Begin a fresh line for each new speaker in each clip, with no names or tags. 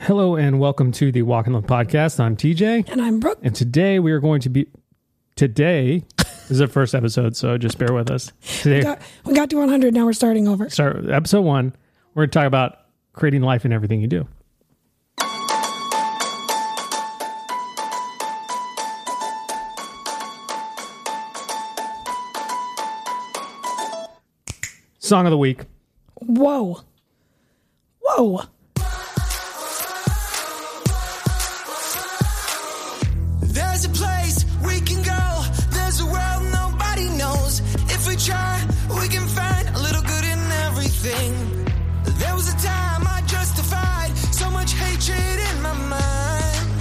Hello and welcome to the Walk in Love podcast. I'm TJ,
And I'm Brooke.
and today we are going to be today this is the first episode, so just bear with us.
We
Today,
got, we got to 100. Now we're starting over.
start with episode one. We're going to talk about creating life in everything you do. Song of the week.
Whoa. Whoa.
There's a place we can go. There's a world nobody knows. If we try, we can find a little good in everything. There was a time I justified so much hatred in my mind.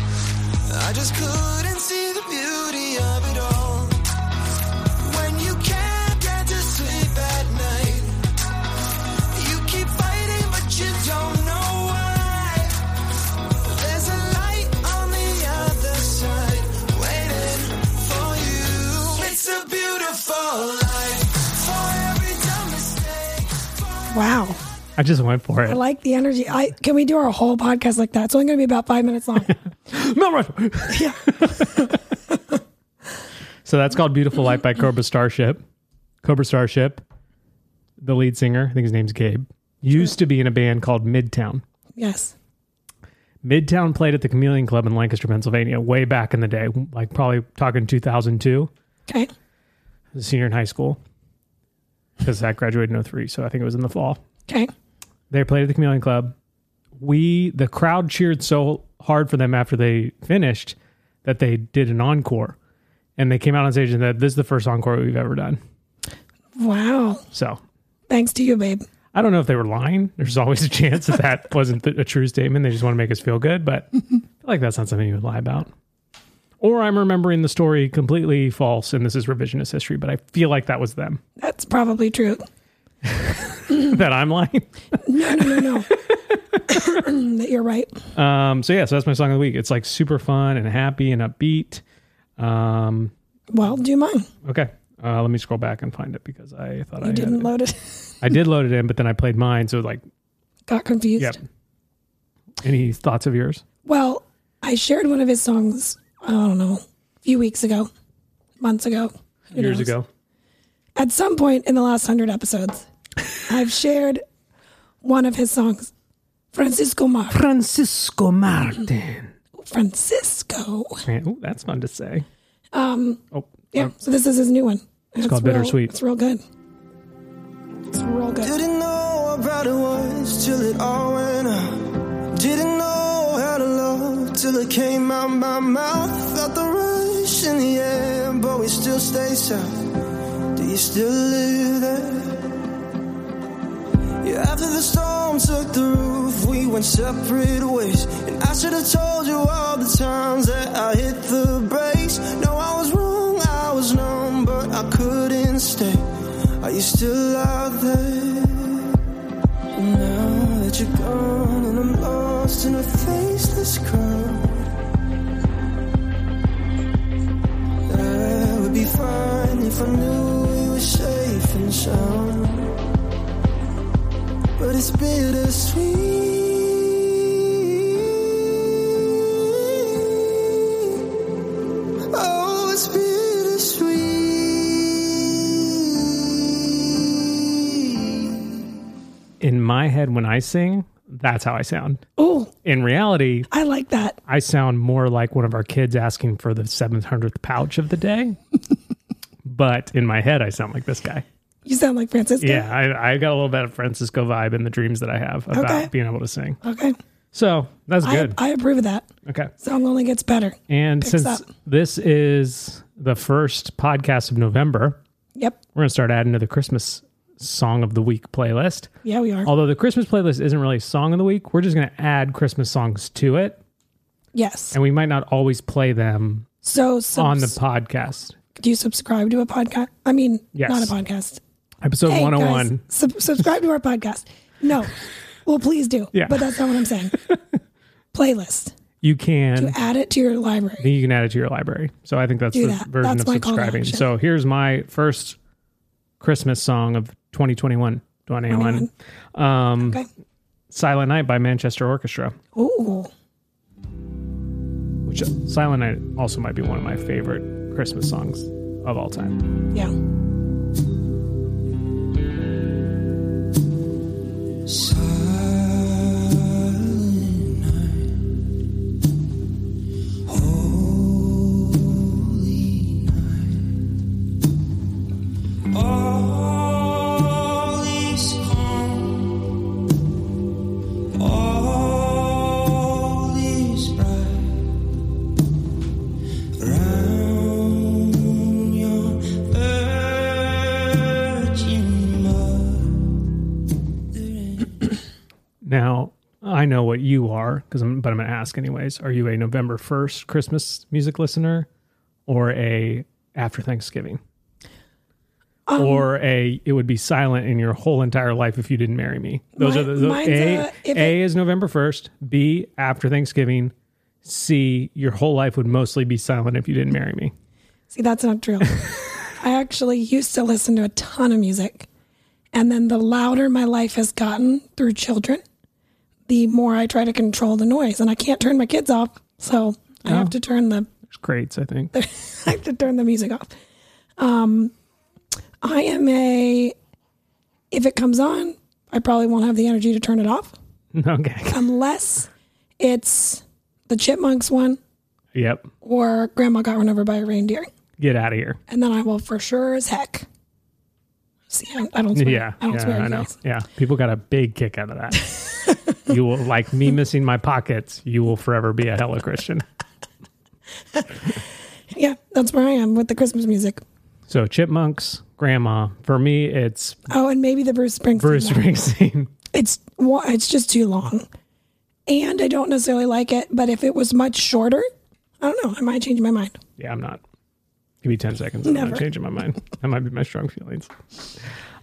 I just couldn't see the beauty of it all. When you can't get to sleep at night, you keep fighting, but you don't know why. There's a light on the other side waiting for you. It's a beautiful life for every dumb mistake.
Wow.
I just went for
I
it.
like the energy. I Can we do our whole podcast like that? It's only going to be about five minutes long.
Melrose.
yeah.
So that's called Beautiful Life by Cobra Starship. Cobra Starship, the lead singer, I think his name's Gabe, used to be in a band called Midtown.
Yes.
Midtown played at the Chameleon Club in Lancaster, Pennsylvania, way back in the day, like probably talking 2002,
Okay.
I was a senior in high school, because I graduated in 03, so I think it was in the fall.
Okay.
They played at the Chameleon Club. We, the crowd cheered so hard for them after they finished that they did an encore. And they came out on stage and said, This is the first encore we've ever done.
Wow.
So
Thanks to you, babe.
I don't know if they were lying. There's always a chance that that wasn't a true statement. They just want to make us feel good, but I feel like that's not something you would lie about. Or I'm remembering the story completely false, and this is revisionist history. But I feel like that was them
That's probably true.
that I'm lying.
No, no, no, no. that you're right.
Um, so yeah, so that's my song of the week. It's like super fun and happy and upbeat. Um,
Well, do mine.
okay, uh, let me scroll back and find it because I thought I
You
had
didn't
it.
load it.
I did load it in, but then I played mine. So like,
Got confused.
yep. Any thoughts of yours?
Well, I shared one of his songs, I don't know, a few weeks ago, months ago. who
Years
knows?
ago.
At some point in the last hundred episodes, I've shared one of his songs, Francisco Mar.
Francisco Martin.
Francisco.
Man, ooh, that's fun to say.
Um,
Oh,
yeah. So this is his new one. And It's,
called
real-
Bittersweet.
It's real good. It's real good.
Didn't know how proud I was till it all went out. Didn't know how to love till it came out my mouth. Felt the rush in the air, but we still stay south. Do you still live there? Yeah, after the storm took the roof, we went separate ways. And I should have told you all the times that I hit the brakes. No, I was wrong, I was numb, but I couldn't stay. Are you still out there? Now that you're gone and I'm lost in a faceless crowd. I would be fine if I knew you were safe and sound. But it's bittersweet. Oh, it's bittersweet.
In my head, when I sing, that's how I sound.
Oh,
In reality,
I like that.
I sound more like one of our kids asking for the 700th pouch of the day. but in my head, I sound like this guy.
You sound like Francisco.
Yeah, I, I got a little bit of Francisco vibe in the dreams that I have about
Okay.
being able to sing.
Okay.
So that's
I,
good.
I approve of that.
okay.
Sound only gets better.
And since
up.
this is the first podcast of November,
Yep.
we're going to start adding to the Christmas song of the week playlist.
Yeah, we are.
Although the Christmas playlist isn't really song of the week, we're just going to add Christmas songs to it,
yes.
and we might not always play them
So, subs-
on the podcast.
do you subscribe to a podcast? I mean,
Yes.
not a podcast.
Episode
Hey,
101.
guys, sub- subscribe to our podcast. No. Well, please do.
Yeah.
But that's not what I'm saying. Playlist.
You can
Add it to your library.
you can add it to your library. So I think that's
Do
the
that.
version
That's
of
my call to
subscribing.
action.
So here's my first Christmas song of 2021. 2021.
Okay.
Silent Night by Manchester Orchestra.
Ooh.
which Silent Night also might be one of my favorite Christmas songs of all time.
Yeah.
All is calm. All is right. Round your virgin mother.
Now, I know what you are, 'cause I'm, but I'm going to ask anyways. Are you a November 1st Christmas music listener or a after Thanksgiving?
Um,
or a it would be silent in your whole entire life if you didn't marry me. Those
My-
are the, the
mine's
A,
a- if
a is November 1st, B after Thanksgiving, C your whole life would mostly be silent if you didn't marry me.
See, that's not true. I actually used to listen to a ton of music. And then the louder my life has gotten through children, the more I try to control the noise. And I can't turn my kids off. So I have to turn the
There's crates, I think.
I have to turn the music off. Um I am a if it comes on, I probably won't have the energy to turn it off
Okay.
unless it's the chipmunks one
Yep.
or grandma got run over by a reindeer.
Get out of here.
and then I will for sure as heck. See, I, I don't swear.
Yeah.
I don't
yeah,
swear.
I know.
guys.
Yeah. People got a big kick out of that. you will like me missing my pockets, you will forever be a hella Christian.
Yeah, that's where I am with the Christmas music.
So chipmunks, grandma. For me it's
Oh, and maybe the Bruce Springsteen.
Bruce
one.
Springsteen.
It's wa- it's just too long, and I don't necessarily like it. But if it was much shorter, I don't know. I might change my mind.
Yeah, I'm not. Give me 10 seconds. I'm
Never.
not changing my mind. That might be my strong feelings.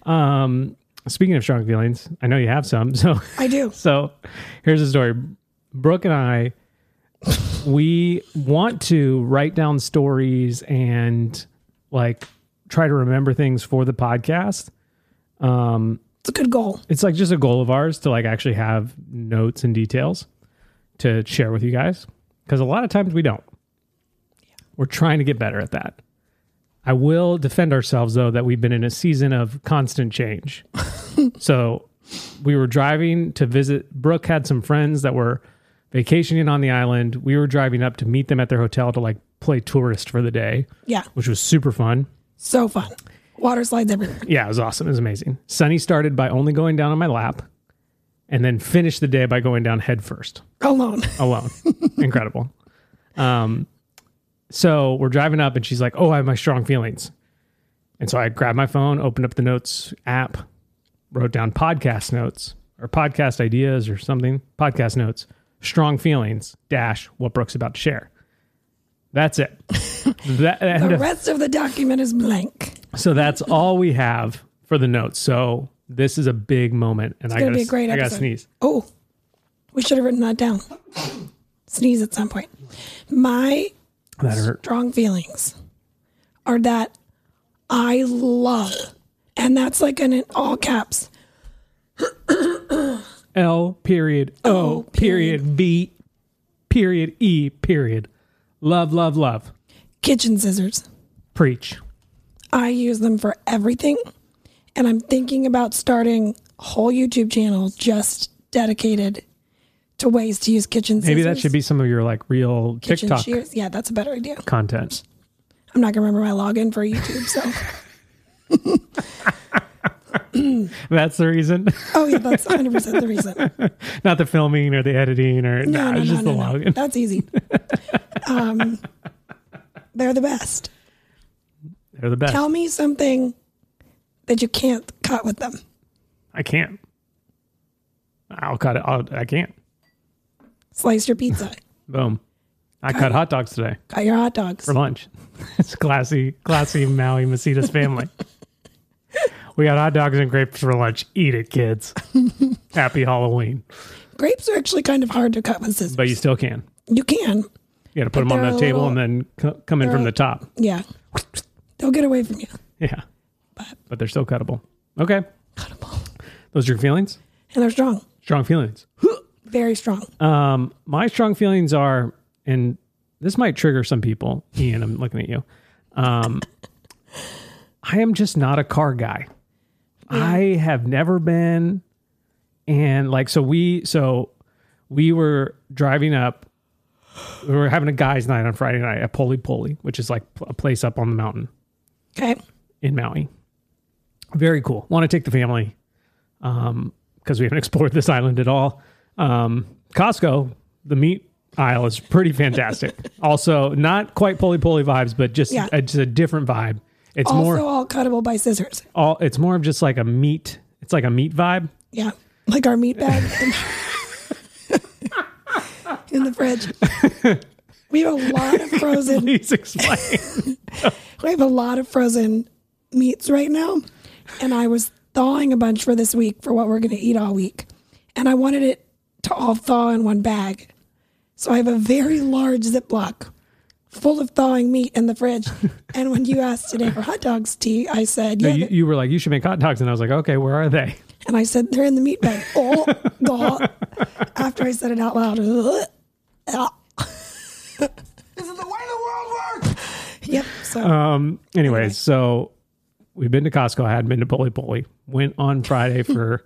Um, speaking of strong feelings, I know you have some. So,
I do.
so here's the story. Brooke and I, we want to write down stories and like try to remember things for the podcast.
It's a good goal.
It's like just a goal of ours to like actually have notes and details to share with you guys because a lot of times we don't. We're trying to get better at that. I will defend ourselves though that we've been in a season of constant change. so we were driving to visit. Brooke had some friends that were vacationing on the island. We were driving up to meet them at their hotel to like play tourist for the day,
Yeah,
which was super fun.
so fun. Water slides everywhere.
Yeah, it was awesome. It was amazing. Sunny started by only going down on my lap and then finished the day by going down head first
Alone.
alone. Incredible. Um, so we're driving up and she's like, Oh, I have my strong feelings. And so I grabbed my phone, opened up the notes app, wrote down podcast notes or podcast ideas or something, podcast notes, strong feelings, dash, what Brooke's about to share. That's it. that, and
The rest of the document is blank.
so that's all we have for the notes. So this is a big moment, and I
gonna
gotta,
be a great
I gotta
episode.
sneeze.
Oh, we should have written that down. Sneeze at some point. My
That hurt.
strong feelings are that I love, and that's like in an all caps,
L period O
O
period V period E period. Love, love, love.
kitchen scissors.
Preach.
I use them for everything, and I'm thinking about starting a whole YouTube channel just dedicated to ways to use kitchen scissors.
Maybe that should be some of your like real
kitchen
TikTok
shears. Yeah, that's a better idea.
content.
I'm not gonna remember my login for YouTube, so
That's the reason.
oh yeah, that's 100 percent the reason.
Not the filming or the editing or
No,
nah,
no,
it's
no,
just
no,
the
no.
login.
That's easy. Um, they're the best.
They're the best.
Tell me something that you can't cut with them.
I can't. I'll cut it. I'll, I can't.
Slice your pizza,
Boom. I cut hot dogs today.
cut your hot dogs.
for lunch. it's classy, classy Maui Macedas family. we got hot dogs and grapes for lunch. Eat it, kids. Happy Halloween.
Grapes are actually kind of hard to cut with scissors.
But you still can.
you can,
You got to put them
But
on
they're
the
a
table
little-
and then c- come in from
they're-
the top.
yeah. They'll get away from you.
Yeah.
But-
But they're still cuttable. Okay.
Cuttable,
Those are your feelings?
and they're strong,
Strong feelings.
very strong.
Um, my strong feelings are, and This might trigger some people. Ian, I'm looking at you. Um, I am just not a car guy. I have never been. And like, so we, so we were driving up. We were having a guys' night on Friday night at Poli Poli, which is like a place up on the mountain
Okay.
in Maui. Very cool. Want to take the family because we haven't explored this island at all. Um, Costco, the meat aisle is pretty fantastic. also, not quite poly poly vibes, but just
Yeah.
it's a different vibe. It's
Also,
more
all cuttable by scissors.
all it's more of just like a meat. It's like a meat vibe.
Yeah, like our meat bag in- in the fridge. We have a lot of frozen.
Please explain.
We have a lot of frozen meats right now, and I was thawing a bunch for this week for what we're going to eat all week, and I wanted it to all thaw in one bag, so I have a very large Ziploc full of thawing meat in the fridge. And when you asked today for hot dogs, T, I said,
No, you,
"Yeah,
you were like, you should make hot dogs, and I was like, okay, where are they?
And I said, they're in the meat bag. Oh, God. After I said it out loud. Ugh. Ah.
This is the way the world works.
Yep. So
Uh, Anyways, so we've been to Costco. I hadn't been to Poli Poli. Went on Friday for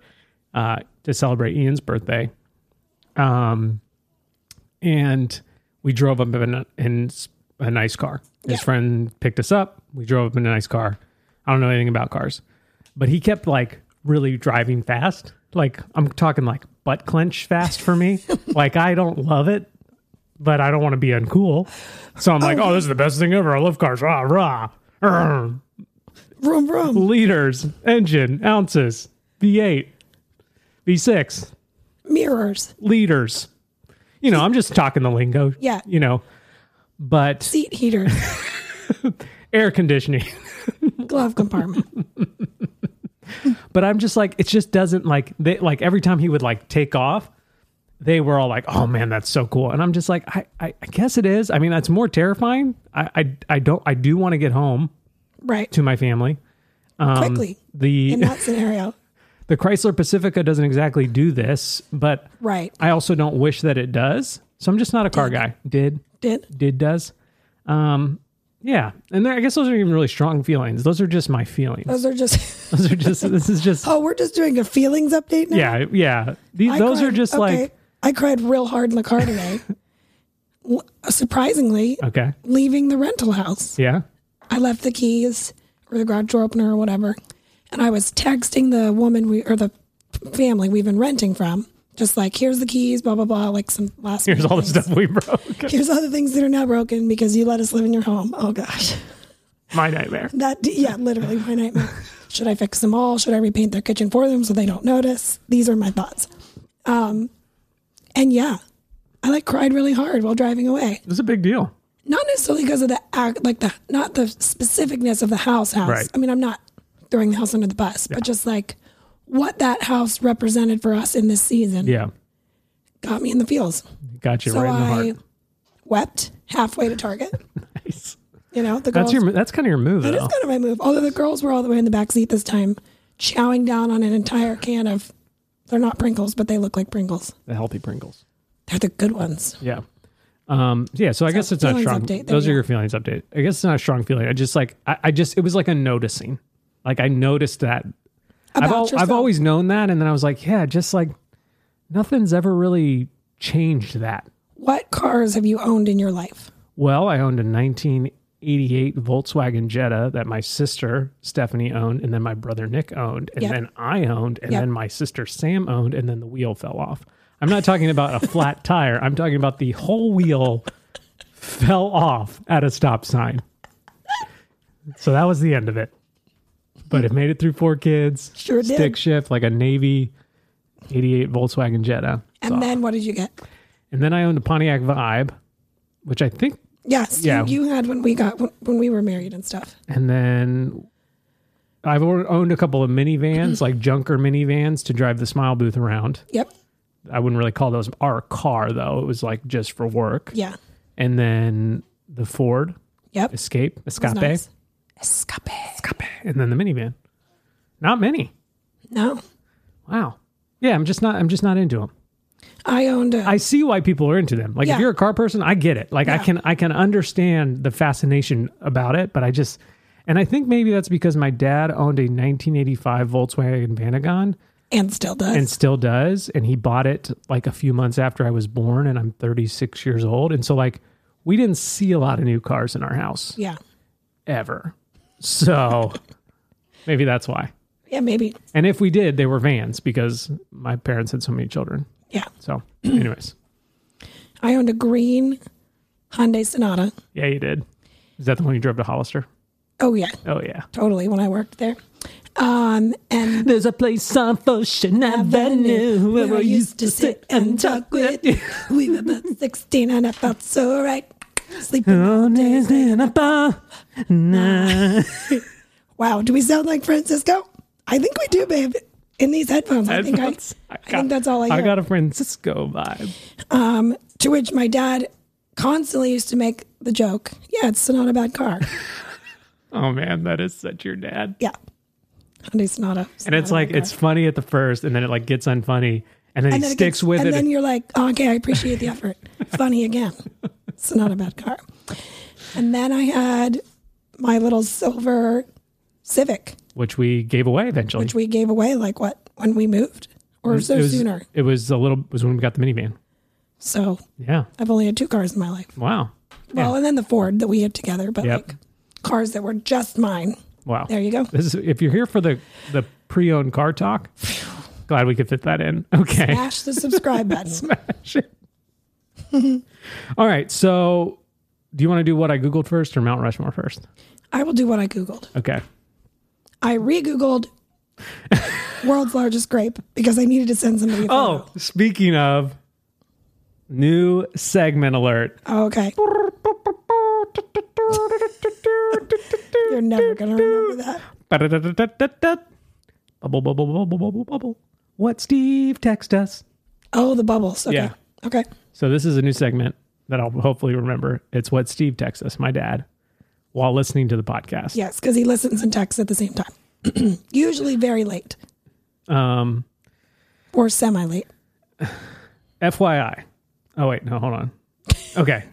uh, to celebrate Ian's birthday. Um, and we drove up in a, in s- a nice car. His
Yeah.
friend picked us up. We drove up in a nice car. I don't know anything about cars, but he kept like really driving fast. Like I'm talking like butt clench fast for me. like I don't love it, but I don't want to be uncool. So I'm like, oh, this is the best thing ever. I love cars. Rah, rah. Arr.
room, room.
Liters, engine, ounces, V8, V6,
Mirrors.
liters. You know, I'm just talking the lingo.
Yeah.
You know, but
Seat heaters.
air conditioning.
Glove compartment.
But I'm just like, it just doesn't like, they, like every time he would like take off, they were all like, oh man, that's so cool. And I'm just like, I, I, I guess it is. I mean, that's more terrifying. I, I, I don't, I do want to get home
Right.
to um, my family.
Quickly.
The,
In that scenario.
the Chrysler Pacifica doesn't exactly do this, but
Right.
I also don't wish that it does. So I'm just not a car guy. Did
Did.
did does, um, yeah. And there, I guess those aren't even really strong feelings. Those are just my feelings.
Those are just,
Those are just this is just
oh, we're just doing a feelings update now?
yeah yeah. These,
I
those
cried-
are just
okay.
like
I cried real hard in the car today. L- Surprisingly,
okay
leaving the rental house.
yeah
I left the keys or the garage door opener or whatever, and I was texting the woman we or the family we've been renting from, just like here's the keys, blah blah blah, like some last.
here's
minute
all the
things.
stuff we broke.
Here's all the things that are now broken because you let us live in your home. Oh gosh,
my nightmare.
that yeah, literally my nightmare. Should I fix them all? Should I repaint their kitchen for them so they don't notice? These are my thoughts. Um, and yeah, I like cried really hard while driving away.
It's a big deal.
not necessarily because of the act, like the not the specificness of the house. House.
Right.
I mean, I'm not throwing the house under the bus, but just like what that house represented for us in this season
Yeah,
got me in the feels.
got you
so
right in the
I
heart.
wept halfway to Target.
Nice.
You know, the girls.
That's your that's kind of your move
that is
though.
kind of my move. Although the girls were all the way in the back seat this time, chowing down on an entire can of. They're not Pringles, but they look like Pringles.
The healthy Pringles.
They're the good ones.
Yeah. Um, yeah, so I guess it's not
feelings
strong.
update, there
Those
you
are
go.
your feelings update. I guess it's not a strong feeling. I just like I, I just it was like a noticing. Like I noticed that I've
About
al- I've
yourself.
always known that, and then I was like, yeah, just like nothing's ever really changed that.
What cars have you owned in your life?
Well, I owned a 1988 Volkswagen Jetta that my sister Stephanie owned, and then my brother Nick owned, and
Yep.
then I owned, and
Yep.
then my sister Sam owned, and then the wheel fell off. I'm not talking about a flat tire. I'm talking about the whole wheel fell off at a stop sign. So that was the end of it. But it made it through four kids.
Sure did.
Stick shift like a Navy 88 Volkswagen Jetta.
And then what did you get?
And then I owned a Pontiac Vibe, which I think
Yes,
Yeah.
you, you had when we got when, when we were married and stuff.
And then I've o- owned a couple of minivans, like junker minivans, to drive the smile booth around.
Yep.
I wouldn't really call those our car, though. It was like just for work.
Yeah.
And then the Ford
Yep.
Escape, Escape,
Nice. Escape.
and then the minivan. Not many.
No.
Wow. Yeah, I'm just not. I'm just not into them.
I owned a
I see why people are into them. Like if
Yeah.
you're a car person, I get it. Like I
Yeah.
can I can understand the fascination about it, but I just and I think maybe that's because my dad owned a 1985 Volkswagen Vanagon
and still does.
and still does and he bought it like a few months after I was born and I'm 36 years old and so like we didn't see a lot of new cars in our house
yeah.
ever. So maybe that's why.
Yeah, maybe.
And if we did, they were vans because my parents had so many children.
Yeah.
So anyways,
I owned a green Hyundai Sonata.
yeah, you did. Is that the one you drove to Hollister?
Oh yeah,
Oh yeah.
totally when I worked there. Um and
There's a place on Foshan Avenue
where I used to sit and talk with we were about sixteen and I felt so right. Sleeping all day.
in a bar.
Wow, do we sound like Francisco? I think we do, babe. In these headphones, I think
Headphones.
I, I, think that's all I hear.
I got a Francisco vibe.
To which my dad constantly used to make the joke, yeah, it's not a bad car.
Oh man, that is such your dad.
yeah. Hyundai Sonata.
And it's like it's funny at the first, and then it like gets unfunny, and then he
then
sticks
gets-
with
Oh and
it.
then you're like, oh, okay, I appreciate the effort. Funny again. It's not a bad car. And then I had my little silver Civic,
which we gave away eventually.
which we gave away like what when we moved, or so
Mm, it was,
sooner.
It was a little. it Was when we got the minivan.
So
Yeah.
I've only had two cars in my life.
Wow.
Well, and then the Ford that we had together, but
Yep.
like cars that were just mine.
Wow.
There you go.
This is if you're here for the the pre-owned car talk. Glad we could fit that in. Okay.
Smash the subscribe button.
Shit. All right. So, do you want to do what I googled first or Mount Rushmore first?
I will do what I googled.
Okay.
I re-googled world's largest grape because I needed to send somebody. A photo.
Oh, speaking of new segment alert.
Oh, okay. You're never gonna remember that.
Bubble, bubble, bubble, bubble, bubble. What Steve text us.
Oh, the bubbles. Okay.
Yeah.
Okay.
So this is a new segment that I'll hopefully remember. It's what Steve texts us, my dad, while listening to the podcast.
Yes, because he listens and texts at the same time. Usually very late
Um,
or semi late.
FYI. Oh wait, no, hold on. Okay.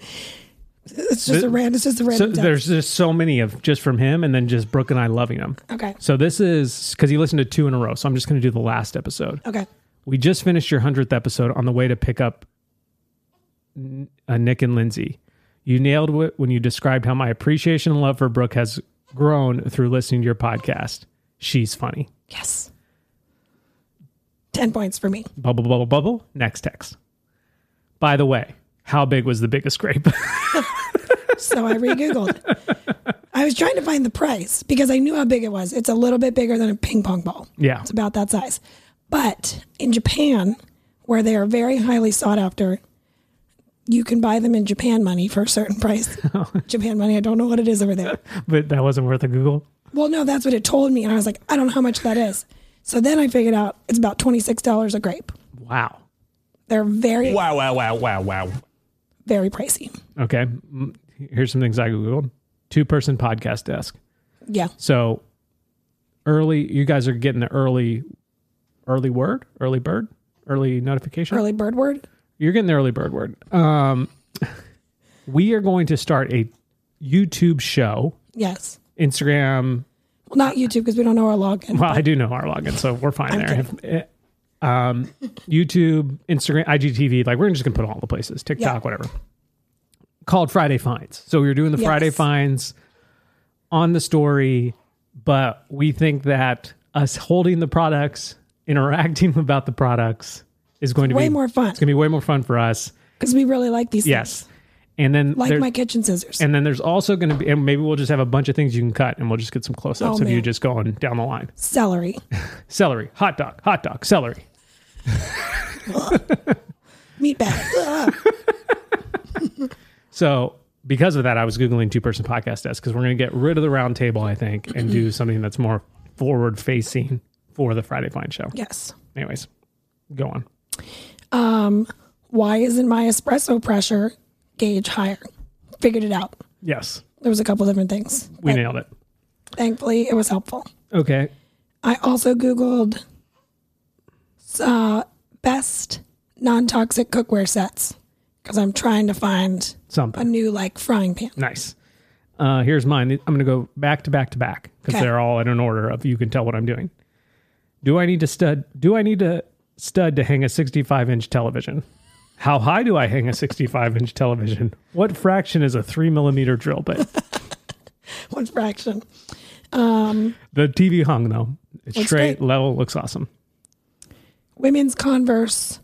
It's just a random. It's just a
so
random. text.
there's just so many of just from him and then just Brooke and I loving him.
okay.
So this is because he listened to two in a row. So I'm just going to do the last episode.
Okay.
We just finished your 100th episode on the way to pick up N- uh, Nick and Lindsay. You nailed it when you described how my appreciation and love for Brooke has grown through listening to your podcast. She's funny.
Yes. Ten points for me.
Bubble, bubble, bubble. Next text. By the way, how big was the biggest grape?
So I re-googled. I was trying to find the price because I knew how big it was. It's a little bit bigger than a ping pong ball.
yeah.
It's about that size. But in Japan, where they are very highly sought after, you can buy them in Japan money for a certain price. Japan money, I don't know what it is over there.
But that wasn't worth a Google.
Well, no, that's what it told me. And I was like, I don't know how much that is. So then I figured out it's about $26 a grape.
Wow.
They're very,
Wow, wow, wow, wow, wow.
very pricey.
Okay. Mm, Here's some things I Googled two person podcast desk.
Yeah.
So early, you guys are getting the early, early word, early bird, early notification.
Early bird word.
You're getting the early bird word. Um, we are going to start a YouTube show,
Yes.
Instagram.
Well, not YouTube because we don't know our login.
Well, I do know our login, so we're fine there.
kidding.
If- eh, um, YouTube, Instagram, IGTV, like we're just gonna put it all the places, TikTok,
Yeah.
whatever. Called Friday Finds. So we were doing the
Yes.
Friday Finds on the story, but we think that us holding the products, interacting about the products, is going to
Way
be
more fun
It's gonna be way more fun for us.
because we really like these things.
Yes, and then
Like
there-
my kitchen scissors.
and then there's also going to be, and maybe we'll just have a bunch of things you can cut, and we'll just get some close-ups
Oh,
of you
man.
just going down the line.
Celery.
Celery, hot dog, hot dog, celery.
Meat bag. Ugh.
So because of that, I was googling two person podcast desk because we're going to get rid of the round table, I think, and do something that's more forward facing for the Friday Fine show.
yes.
Anyways, go on.
why isn't my espresso pressure gauge higher? Figured it out.
Yes,
There was a couple different things.
we
but
nailed it.
Thankfully, it was helpful.
Okay,
I also googled uh, best non toxic cookware sets because I'm trying to find
Something.
a new like frying pan.
Nice. Uh, here's mine. I'm going to go back to back to back because
Okay.
they're all in an order of you can tell what I'm doing. Do I need to stud? Do I need to stud to hang a 65 inch television? How high do I hang a 65 inch television? What fraction is a three millimeter drill bit?
One fraction.
the TV hung though. It's
Looks
straight
great.
level. Looks awesome.
Women's Converse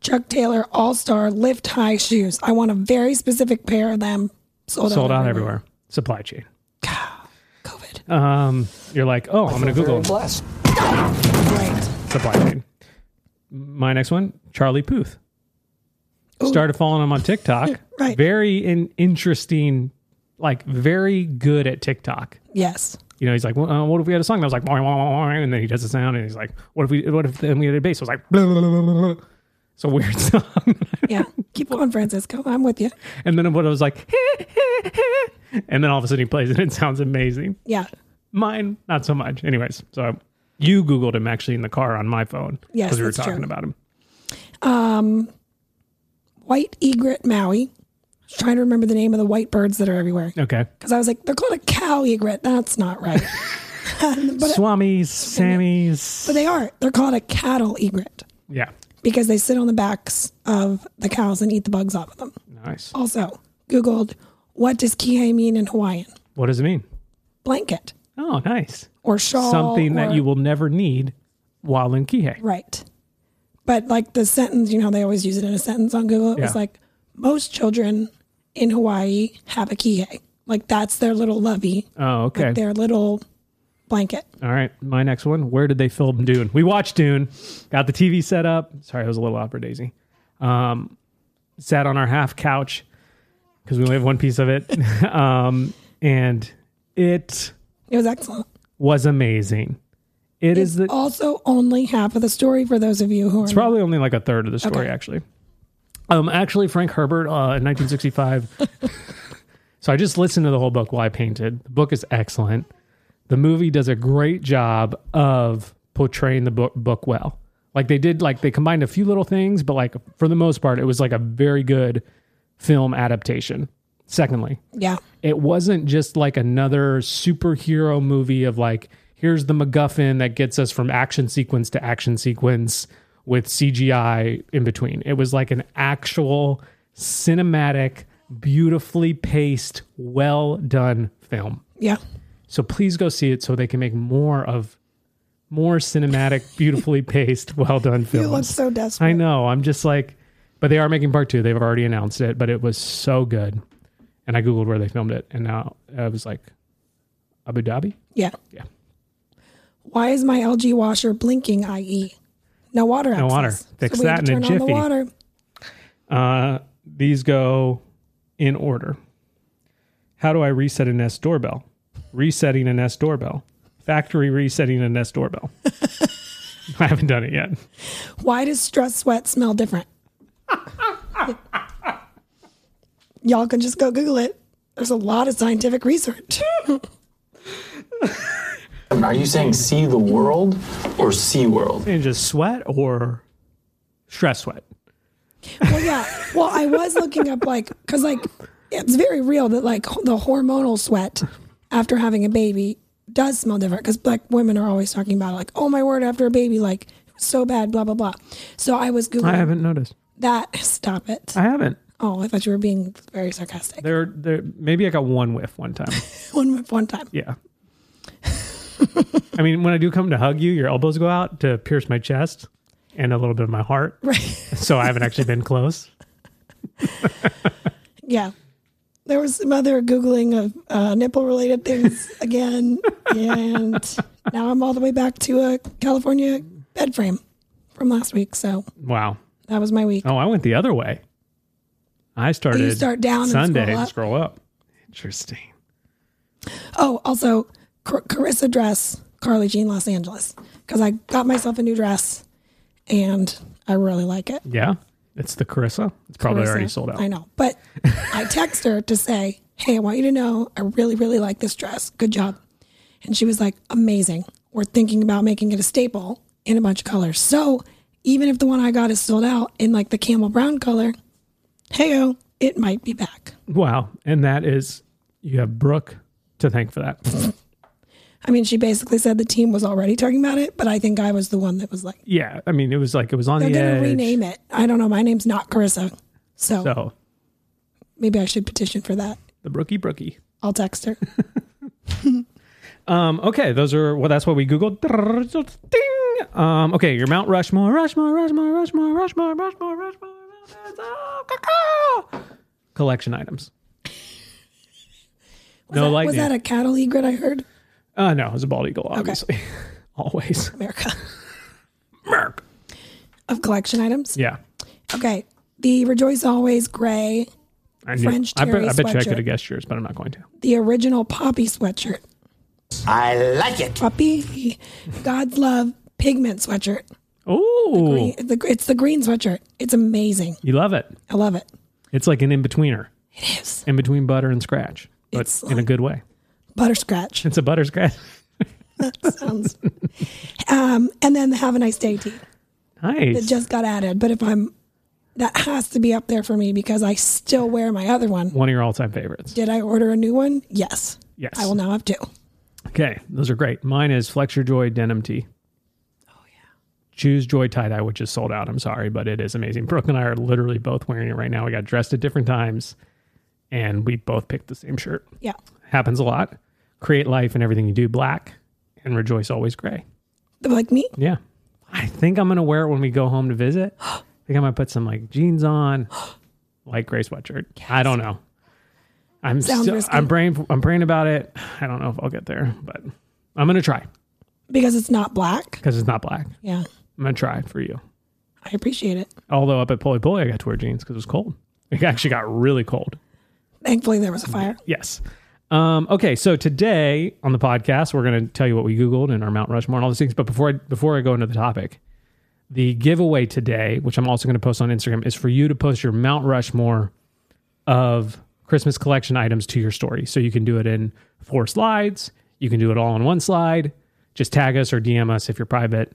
Chuck Taylor All Star Lift High Shoes. I want a very specific pair of them. Sold,
Sold
out,
out everywhere. Supply chain.
COVID.
Um, you're like, oh, I'm going to Google
blessed.
Right.
supply chain. My next one, Charlie Puth. Started following him on TikTok.
Right.
Very in- interesting, like very good at TikTok.
Yes.
You know, he's like, well, uh, what if we had a song that was like, "Boing, boing, boing," and then he does the sound, and he's like, what if we, what if then we had a bass? I was like, blah, blah, blah, blah, blah. it's a weird song.
Yeah. Keep going, Francisco. I'm with you.
and then what I was like, and then all of a sudden he plays it, and it sounds amazing.
Yeah.
Mine, not so much. Anyways, so you Googled him actually in the car on my phone
Yes,
we were
that's true.
talking about him.
White egret Maui. I was trying to remember the name of the white birds that are everywhere.
Okay.
Because I was like, they're called a cow egret. That's not right. but,
Swami's, Sammy's.
but they are. They're called a cattle egret
Yeah.
because they sit on the backs of the cows and eat the bugs off of them.
Nice.
Also, Googled, what does kihei mean in Hawaiian?
What does it mean?
Blanket
Oh, nice.
or shawl.
Something that
or-
you will never need while in Kihei.
Right. But like the sentence, you know, they always use it in a sentence on Google. It
Yeah.
was like, most children in Hawaii have a kihei. Like that's their little lovey,
Oh, okay.
their little blanket.
All right. My next one. Where did they film Dune? We watched Dune. Got the TV set up. Sorry, I was a little opera daisy. Um, sat on our half couch because we only have one piece of it. um, and it
It was excellent.
was amazing. It
It's
is the
also only half of the story for those of you who are
It's probably only like a third of the story,
Okay.
actually. Um, actually, Frank Herbert uh, in 1965. so I just listened to the whole book while I painted. The book is excellent. The movie does a great job of portraying the book book well. Like they did, like they combined a few little things, but like for the most part, it was like a very good film adaptation. Secondly,
yeah,
it wasn't just like another superhero movie of like here's the MacGuffin that gets us from action sequence to action sequence with CGI in between. It was like an actual cinematic, beautifully paced, well done film.
yeah,
So please go see it so they can make more of more cinematic, beautifully paced, well done films.
you look so desperate.
I know. I'm just like, but they are making part two. They've already announced it, but it was so good. And I Googled where they filmed it, and now I was like, Abu Dhabi?
Yeah,
Yeah.
Why is my LG washer blinking? I.e., no water. No
water. Fix that in a
turn on the
jiffy.
water.
Uh, these go in order. How do I reset a Nest doorbell? Resetting a Nest doorbell. Factory resetting a Nest doorbell. I haven't done it yet.
Why does stress sweat smell different? Y'all can just go Google it. There's a lot of scientific research.
Are you saying see the world or sea world?
And just sweat or stress sweat.
well, yeah. Well, I was looking up like because like it's very real that like the hormonal sweat after having a baby does smell different because like women are always talking about like oh my word after a baby like so bad blah blah blah. So I was googling
I haven't noticed.
that. Stop it.
I haven't.
Oh, I thought you were being very sarcastic.
There, there. Maybe I got one whiff one time.
One one time.
Yeah. I mean, when I do come to hug you, your elbows go out to pierce my chest and a little bit of my heart.
Right.
So I haven't actually been close.
Yeah. There was some other Googling of uh, nipple related things again. and now I'm all the way back to a California bed frame from last week. So
Wow.
that was my week.
Oh, I went the other way. I started
You start down and
Sunday
scroll
and
up.
scroll up. Interesting.
Oh, also, Car- Carissa dress, Carly Jean Los Angeles, because I got myself a new dress and I really like it.
Yeah. It's the Carissa. It's probably already
Carissa,
sold out.
I know. But I text her to say, hey, I want you to know I really, really like this dress. Good job. And she was like, amazing. We're thinking about making it a staple in a bunch of colors. So even if the one I got is sold out in like the camel brown color, heyo, it might be back.
Wow. And that is, you have Brooke to thank for that.
I mean, she basically said the team was already talking about it, but I think I was the one that was like,
yeah. I mean, it was like, it was on
they're
the
going to
edge.
rename it. I don't know. My name's not Carissa. So,
So
maybe I should petition for that.
the Brookie Brookie.
I'll text her.
Um, okay. Those are, well, that's what we Googled. Ding! Um, okay. Your Mount Rushmore, Rushmore, Rushmore, Rushmore, Rushmore, Rushmore, Rushmore. Mountains. Oh, caw-caw! Collection items.
Was
no
that,
lightning.
Was that a cattle egret I heard?
Uh, no, it was a bald eagle, obviously. Always.
America.
Merc.
Of collection items?
Yeah.
Okay. The Rejoice Always Gray,
I knew-
French
I bet,
Terry
I bet you I
sweatshirt.
could have guessed yours, but I'm not going to.
the original Poppy sweatshirt,
I like it.
Poppy, God's Love pigment sweatshirt.
Oh,
Green- the- It's the green sweatshirt. It's amazing.
you love it.
I love it.
It's like an in betweener,
It is.
in between butter and scratch, but
It's
in a
like-
good way.
Butterscratch.
It's a butter scratch.
Sounds. Um, and then the Have a Nice Day tee that
Nice.
just got added. But if I'm, that has to be up there for me because I still wear my other one.
One of your all time favorites.
Did I order a new one? Yes.
Yes.
I will now have two.
Okay. Those are great. Mine is Flex Your Joy Denim Tee. Choose Joy tie dye, which is sold out. I'm sorry, but it is amazing. Brooke and I are literally both wearing it right now. We got dressed at different times, and we both picked the same shirt.
Yeah.
happens a lot. Create life and everything you do black and rejoice always gray.
They're Like me?
Yeah. I think I'm going to wear it when we go home to visit. I think I might put some like jeans on, light gray sweatshirt. I don't know. I'm
Sounds
still,
risky.
I'm praying I'm praying about it. I don't know if I'll get there, but I'm going to try
Because it's not black.
because it's not black.
Yeah.
I'm going to try for you.
I appreciate it.
Although up at Poli Poli, I got to wear jeans because it was cold. It actually got really cold.
Thankfully, there was a fire.
Yes. Um, okay, so today on the podcast, we're going to tell you what we Googled and our Mount Rushmore and all these things. But before I, before I go into the topic, the giveaway today, which I'm also going to post on Instagram, is for you to post your Mount Rushmore of Christmas collection items to your story. So you can do it in four slides. You can do it all in one slide. Just tag us or DM us if you're private.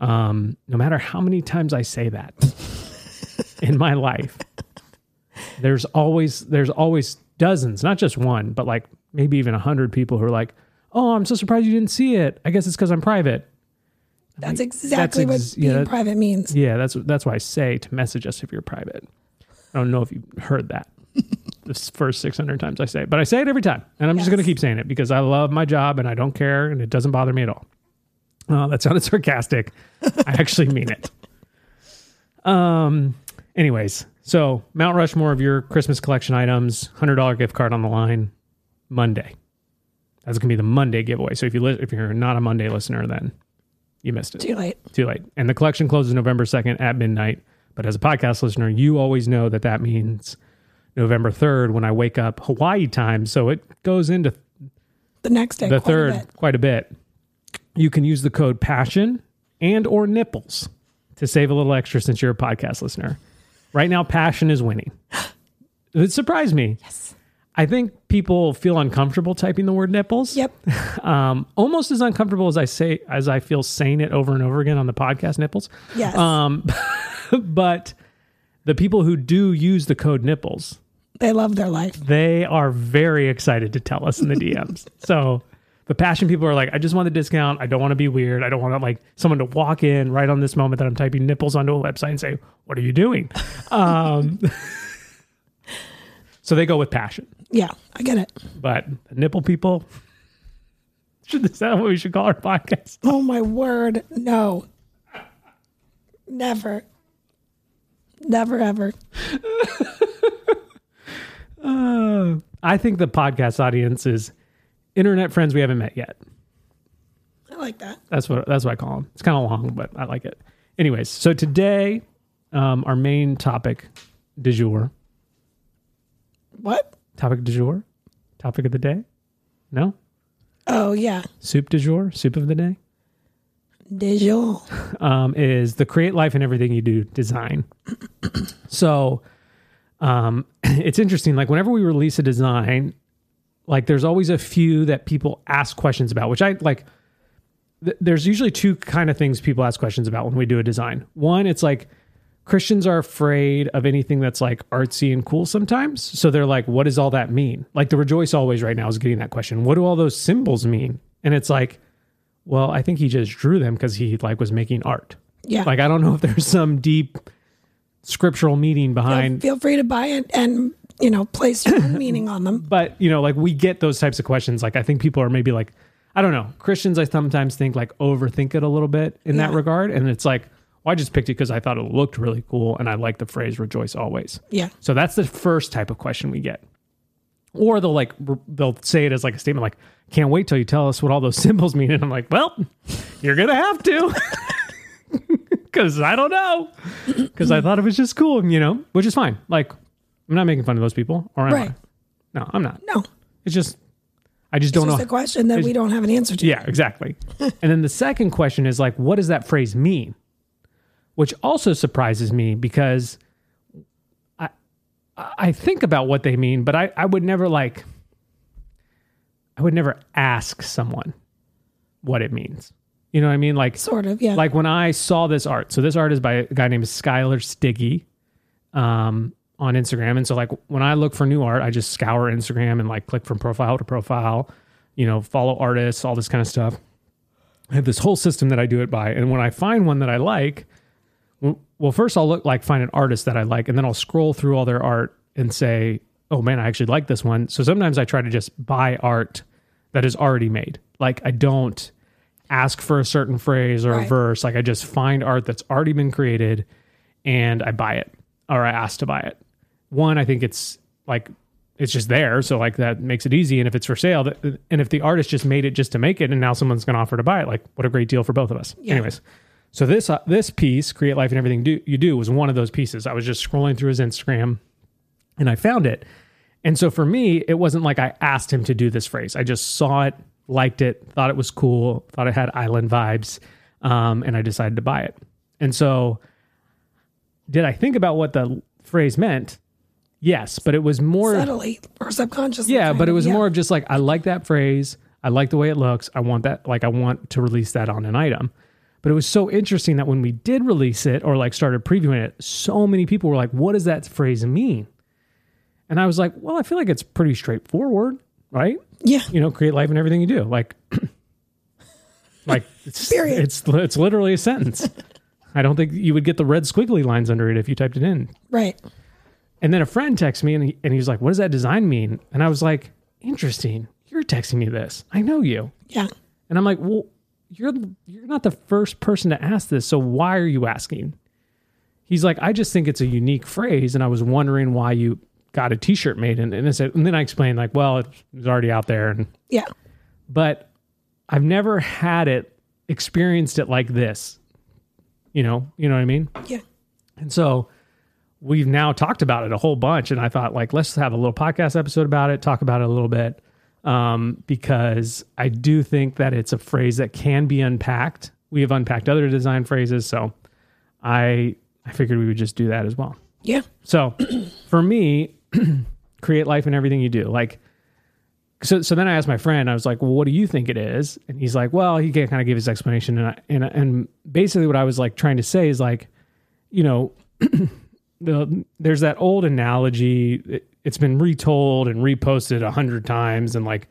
Um, no matter how many times I say that in my life, there's always there's always dozens, not just one, but like maybe even a hundred people who are like, "Oh, I'm so surprised you didn't see it. I guess it's because I'm private."
That's exactly
ex-
what being
yeah, that-
private means.
Yeah, that's that's why I say to message us if you're private. I don't know if you heard that the first 600 times I say it, but I say it every time, and I'm just
Yes.
going to keep saying it because I love my job and I don't care, and it doesn't bother me at all. Uh, that sounded sarcastic. I actually mean it. Um. Anyways, so Mount Rushmore of your Christmas collection items, hundred dollar gift card on the line, Monday. That's gonna be the Monday giveaway. So if you li- if you're not a Monday listener, then you missed it
Too late.
too late. And the collection closes November 2nd at midnight. But as a podcast listener, you always know that that means November 3rd when I wake up Hawaii time. So it goes into
The next day.
the
quite a
third
bit.
quite a bit. You can use the code PASSION and or nipples to save a little extra since you're a podcast listener. Right now, passion is winning. It surprised me. Yes. I think people feel uncomfortable typing the word nipples
Yep.
um, almost as uncomfortable as I say as I feel saying it over and over again on the podcast nipples.
Yes.
Um, but the people who do use the code nipples,
they love their life.
they are very excited to tell us in the DMs. so the passion people are like, I just want the discount. I don't want to be weird. I don't want to like someone to walk in right on this moment that I'm typing nipples onto a website and say, "What are you doing?" Um, so they go with passion.
Yeah, I get it.
But the nipple people, should is that what we should call our podcast?
Oh my word. No. Never. Never ever.
Uh, I think the podcast audience is internet friends we haven't met yet.
I like that.
That's what that's what I call them. It's kind of long, but I like it. Anyways, so today, um, our main topic du jour,
What?
topic du jour, topic of the day. No
Oh yeah.
soup du jour, soup of the day
Dijon.
um, is the create life and everything you do design. so um, it's interesting. Like whenever we release a design, like there's always a few that people ask questions about, which I like. th- there's usually two kind of things people ask questions about when we do a design. One, it's like Christians are afraid of anything that's like artsy and cool sometimes. So they're like, what does all that mean? Like the rejoice always right now is getting that question. What do all those symbols mean? And it's like, well, I think he just drew them because he like was making art.
Yeah.
Like I don't know if there's some deep scriptural meaning
Feel,
behind
feel free to buy it and, you know, place your own meaning on them.
but you know, like we get those types of questions. Like I think people are maybe like, I don't know, Christians. I sometimes think like overthink it a little bit in that
Yeah.
regard, and it's like, well, I just picked it because I thought it looked really cool, and I like the phrase "rejoice always."
Yeah.
So that's the first type of question we get, or they'll like r- they'll say it as like a statement, like, "Can't wait till you tell us what all those symbols mean," and I'm like, well, you're gonna have to. Because I don't know. Because I thought it was just cool, you know, which is fine. Like, I'm not making fun of those people, or am
Right.
I? No, I'm not.
No.
It's just, I just don't
It's just
know.
a question that we don't have an answer to.
yeah, exactly. and then the second question is like, what does that phrase mean? Which also surprises me because I, I think about what they mean, but I, I would never like, I would never ask someone what it means. You know what I mean? Like,
Sort of. Yeah.
like when I saw this art. So this art is by a guy named Skylar Stiggy um, on Instagram. And so like when I look for new art, I just scour Instagram and like click from profile to profile, you know, follow artists, all this kind of stuff. I have this whole system that I do it by. And when I find one that I like, w- well, first I'll look like find an artist that I like, and then I'll scroll through all their art and say, oh man, I actually like this one. So sometimes I try to just buy art that is already made. Like I don't ask for a certain phrase or a
Right.
verse. Like I just find art that's already been created and I buy it or I ask to buy it. One, I think it's like it's just there, so like that makes it easy. And if it's for sale, th- and if the artist just made it just to make it, and now someone's going to offer to buy it, like what a great deal for both of us. Anyways, so this uh, this piece, create life and everything do, you do, was one of those pieces. I was just scrolling through his Instagram, and I found it. And so for me, it wasn't like I asked him to do this phrase. I just saw it, liked it, thought it was cool, thought it had island vibes, um, and I decided to buy it. And so, did I think about what the phrase meant? Yes, but it was more.
subtly or subconsciously.
Yeah,
kind
but it
of,
was
yeah.
more of just like I like that phrase. I like the way it looks. I want that. Like I want to release that on an item. But it was so interesting that when we did release it or like started previewing it, so many people were like, "What does that phrase mean?" And I was like, "Well, I feel like it's pretty straightforward, right?
Yeah.
You know, create life and everything you do. Like, like it's,
Period.
it's it's literally a sentence. I don't think you would get the red squiggly lines under it if you typed it in.
Right.
And then a friend texts me and he, and he was like, What does that design mean? And I was like, Interesting. You're texting me this. I know you.
Yeah.
And I'm like, Well, you're you're not the first person to ask this. So why are you asking? He's like, I just think it's a unique phrase. And I was wondering why you got a t shirt made. And, and, I said, and then I explained, like, Well, it was already out there. And
Yeah.
but I've never had it experienced it like this. You know, you know what I mean?
Yeah.
And so we've now talked about it a whole bunch. And I thought, like, let's have a little podcast episode about it, talk about it a little bit, um, because I do think that it's a phrase that can be unpacked. We have unpacked other design phrases, so I I figured we would just do that as well.
Yeah.
So for me, create life in everything you do. Like, so, so then I asked my friend, I was like, well, what do you think it is? And he's like, well, he kind of gave his explanation. And, I, and, and basically what I was like trying to say is like, you know, the, there's that old analogy. It, it's been retold and reposted a hundred times. And like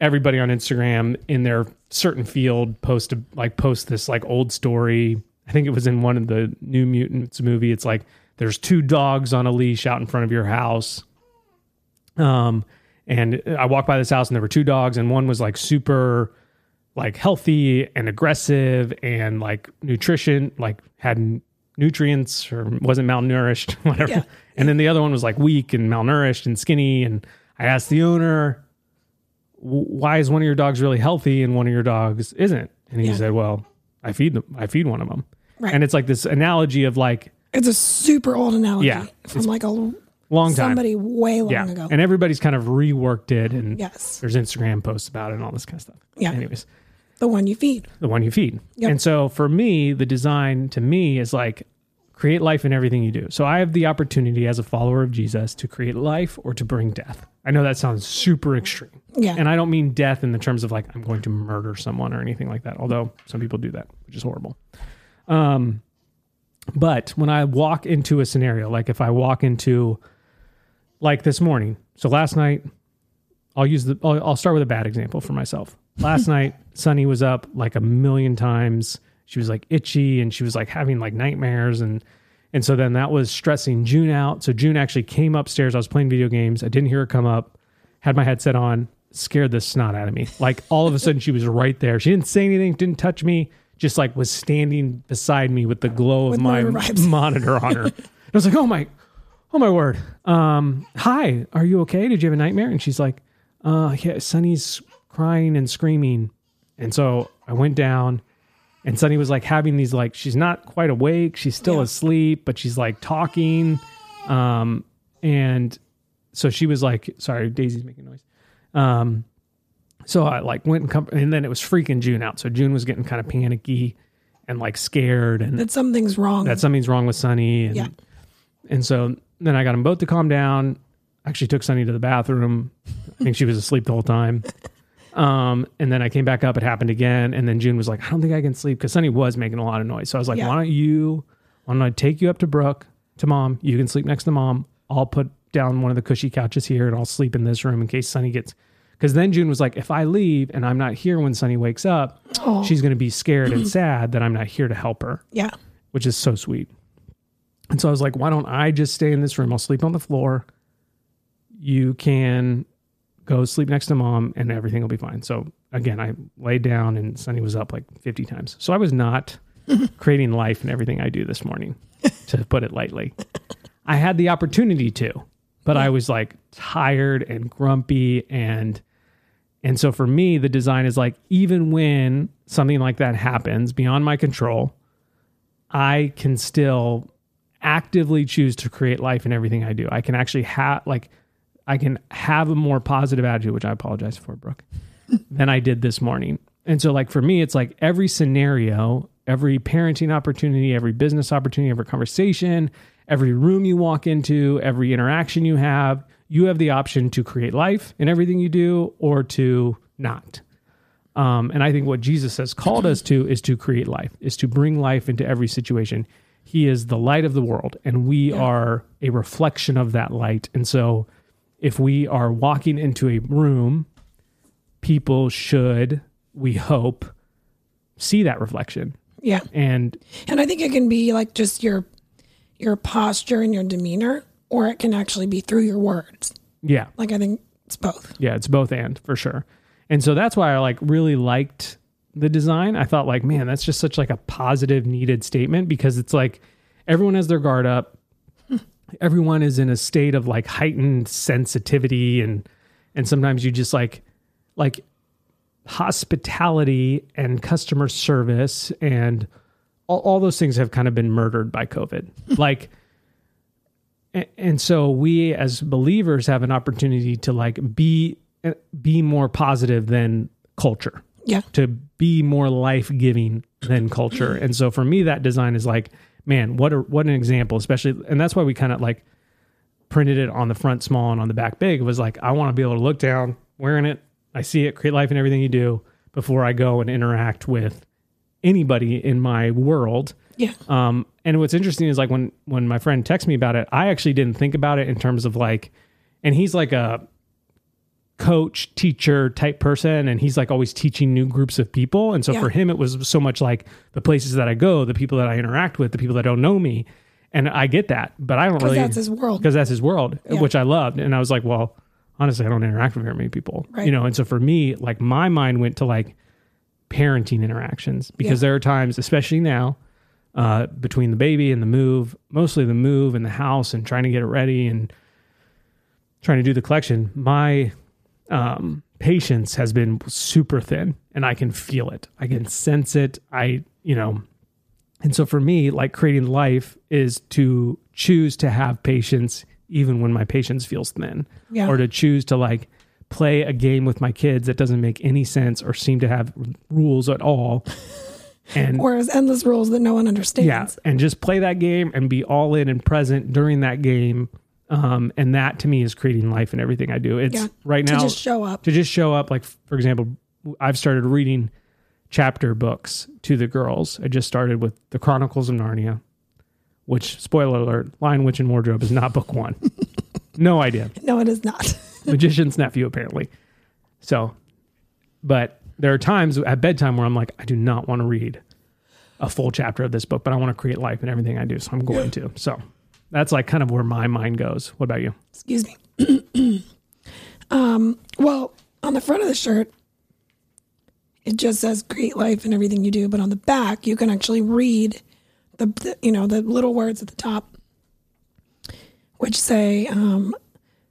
everybody on Instagram in their certain field post, a- like post this like old story. I think it was in one of the new mutants movie. It's like, there's two dogs on a leash out in front of your house um, and I walked by this house and there were two dogs, and one was like super, like healthy and aggressive and like nutrition, like had n- nutrients or wasn't malnourished, whatever.
Yeah.
And then the other one was like weak and malnourished and skinny. And I asked the owner, "W- "Why is one of your dogs really healthy and one of your dogs isn't?" And he
Yeah.
said, "Well, I feed them. I feed one of them."
Right.
And it's like this analogy of like
It's a super old analogy
Yeah.
from like a
long time.
somebody way long
yeah.
ago.
And everybody's kind of reworked it and
yes.
there's Instagram posts about it and all this kind of stuff.
Yeah.
Anyways,
The one you feed.
the one you feed.
Yep.
And so for me, the design to me is like Create life in everything you do. So I have the opportunity as a follower of Jesus to create life or to bring death. I know that sounds super extreme.
Yeah.
And I don't mean death in the terms of like I'm going to murder someone or anything like that, although some people do that, which is horrible. Um but when I walk into a scenario, like if I walk into like this morning. So last night I'll use the I'll, I'll start with a bad example for myself. Last night, Sunny was up like a million times. She was like itchy and she was like having like nightmares and and so then that was stressing June out. So June actually came upstairs. I was playing video games. I didn't hear her come up. Had my headset on. Scared the snot out of me. Like all of a sudden she was right there. She didn't say anything, didn't touch me. Just like was standing beside me with the glow of
With
my
Marvel vibes.
monitor on her. I was like, "Oh my oh my word um hi are you okay did you have a nightmare and she's like uh yeah sunny's crying and screaming and so i went down and sunny was like having these like she's not quite awake she's still
Yeah.
asleep but she's like talking um and so she was like sorry daisy's making noise um so i like went and com- and then it was freaking june out so june was getting kind of panicky and like scared and
that something's wrong.
that something's wrong with Sunny. And,
Yeah.
and so then I got them both to calm down. Actually took Sunny to the bathroom. I think she was asleep the whole time. Um, and then I came back up. It happened again. And then June was like, I don't think I can sleep because Sunny was making a lot of noise. So I was like,
Yeah.
why don't you, why don't I take you up to Brooke, to mom? You can sleep next to mom. I'll put down one of the cushy couches here and I'll sleep in this room in case Sunny gets. Because then June was like, if I leave and I'm not here when Sunny wakes up,
Oh.
she's going to be scared and sad that I'm not here to help her
yeah.
which is so sweet. And so I was like, why don't I just stay in this room? I'll sleep on the floor. You can go sleep next to mom and everything will be fine. So again, I laid down and Sunny was up like 50 times. So I was not creating life in everything I do this morning, to put it lightly. I had the opportunity to, but I was like tired and grumpy and and so for me the design is like even when something like that happens beyond my control, I can still actively choose to create life in everything I do. I can actually have like I can have a more positive attitude, which I apologize for, Brooke, than I did this morning. And so like for me, it's like every scenario, every parenting opportunity, every business opportunity, every conversation, every room you walk into, every interaction you have, you have the option to create life in everything you do or to not. Um, and I think what Jesus has called us to is to create life, is to bring life into every situation. He is the light of the world, and we are a reflection of that light. And so, if we are walking into a room, people should, we hope, see that reflection.
Yeah.
And
And I think it can be like just your your posture and your demeanor, or it can actually be through your words.
yeah,
Like I think it's both.
Yeah, it's both and for sure. And so that's why I like really liked the design. I thought like, man, that's just such like a positive needed statement because it's like everyone has their guard up. everyone is in a state of like heightened sensitivity and and sometimes you just like like hospitality and customer service and all, all those things have kind of been murdered by COVID. like a- and so we as believers have an opportunity to like be uh, be more positive than culture
Yeah.
to be more life-giving than culture and so for me that design is like man what a what an example especially and that's why we kind of like printed it on the front small and on the back big was like i want to be able to look down wearing it i see it create life in everything you do before i go and interact with anybody in my world
Yeah.
um, and what's interesting is like when when my friend texts me about it, I actually didn't think about it in terms of like, and he's like a coach, teacher type person, and he's like always teaching new groups of people. And so
Yeah.
for him, it was so much like the places that I go, the people that I interact with, the people that don't know me, and I get that, but I don't really
that's his world.
because that's his world,
Yeah.
which I loved. And I was like, well, honestly, I don't interact with very many people,
Right.
you know. And so for me, like my mind went to like parenting interactions because there are times, especially now, uh, between the baby and the move, mostly the move and the house and trying to get it ready and trying to do the collection, my um, patience has been super thin and I can feel it. I can sense it. I, you know, and so for me, like creating life is to choose to have patience even when my patience feels thin
Yeah.
or to choose to like play a game with my kids that doesn't make any sense or seem to have r- rules at all And
or as endless rules that no one
yeah,
understands.
and just play that game and be all in and present during that game. Um, and that to me is creating life in everything I do. It's
Yeah,
right
to
now
just show up.
to just show up. Like for example, I've started reading chapter books to the girls. I just started with the Chronicles of Narnia, which spoiler alert, Lion Witch and Wardrobe is not book one. no idea
No, it is not.
magician's nephew apparently so but there are times at bedtime where i'm like i do not want to read a full chapter of this book but i want to create life in everything i do so i'm going to so that's like kind of where my mind goes what about you
Excuse me. um, well, on the front of the shirt, it just says "Create Life" and everything you do, but on the back, you can actually read the, the you know the little words at the top, which say, um,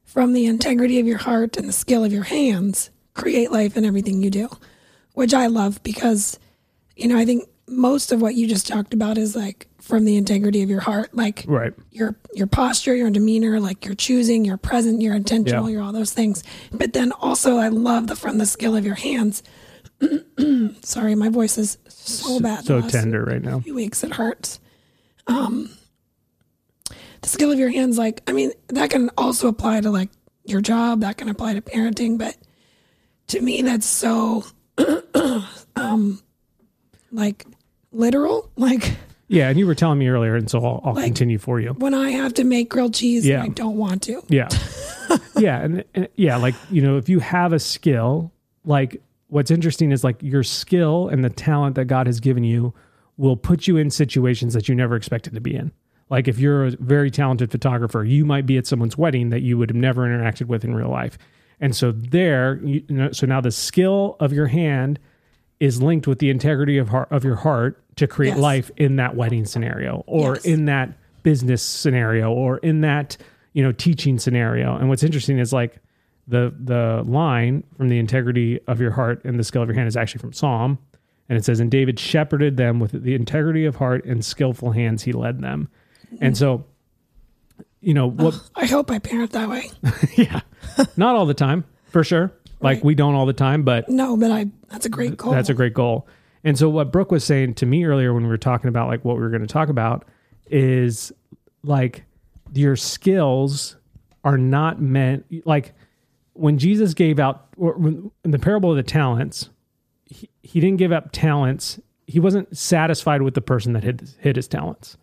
"From the integrity of your heart and the skill of your hands, create life in everything you do," which I love because you know I think most of what you just talked about is like from the integrity of your heart, like
right
your your posture, your demeanor, like your choosing, your present, your intentional,
Yeah.
your all those things. But then also, I love the from the skill of your hands. Sorry, my voice is so bad.
so
the last
tender right now
Few weeks it hurts. Um, the skill of your hands, like I mean, that can also apply to like your job. That can apply to parenting, but to me, that's so um, like literal, like.
yeah and you were telling me earlier and so i'll, I'll continue for you
when I have to make grilled cheese
Yeah.
and I don't want to.
Yeah. yeah. And, and yeah, like, you know, if you have a skill, like what's interesting is like your skill and the talent that God has given you will put you in situations that you never expected to be in. Like if you're a very talented photographer, you might be at someone's wedding that you would have never interacted with in real life. And so there, you you know, so now the skill of your hand is linked with the integrity of heart, of your heart to create
Yes.
life in that wedding scenario or
Yes.
in that business scenario or in that you know teaching scenario and what's interesting is like the the line from the integrity of your heart and the skill of your hand is actually from psalm and it says and david shepherded them with the integrity of heart and skillful hands he led them and so you know what
I hope I parent that way.
yeah not all the time for sure like
Right.
we don't all the time but
No, but I that's a great goal.
that's a great goal. And so what Brooke was saying to me earlier when we were talking about like what we were going to talk about is like your skills are not meant like when Jesus gave out or when, in the parable of the talents, he, he didn't give up talents. He wasn't satisfied with the person that hid hid his talents.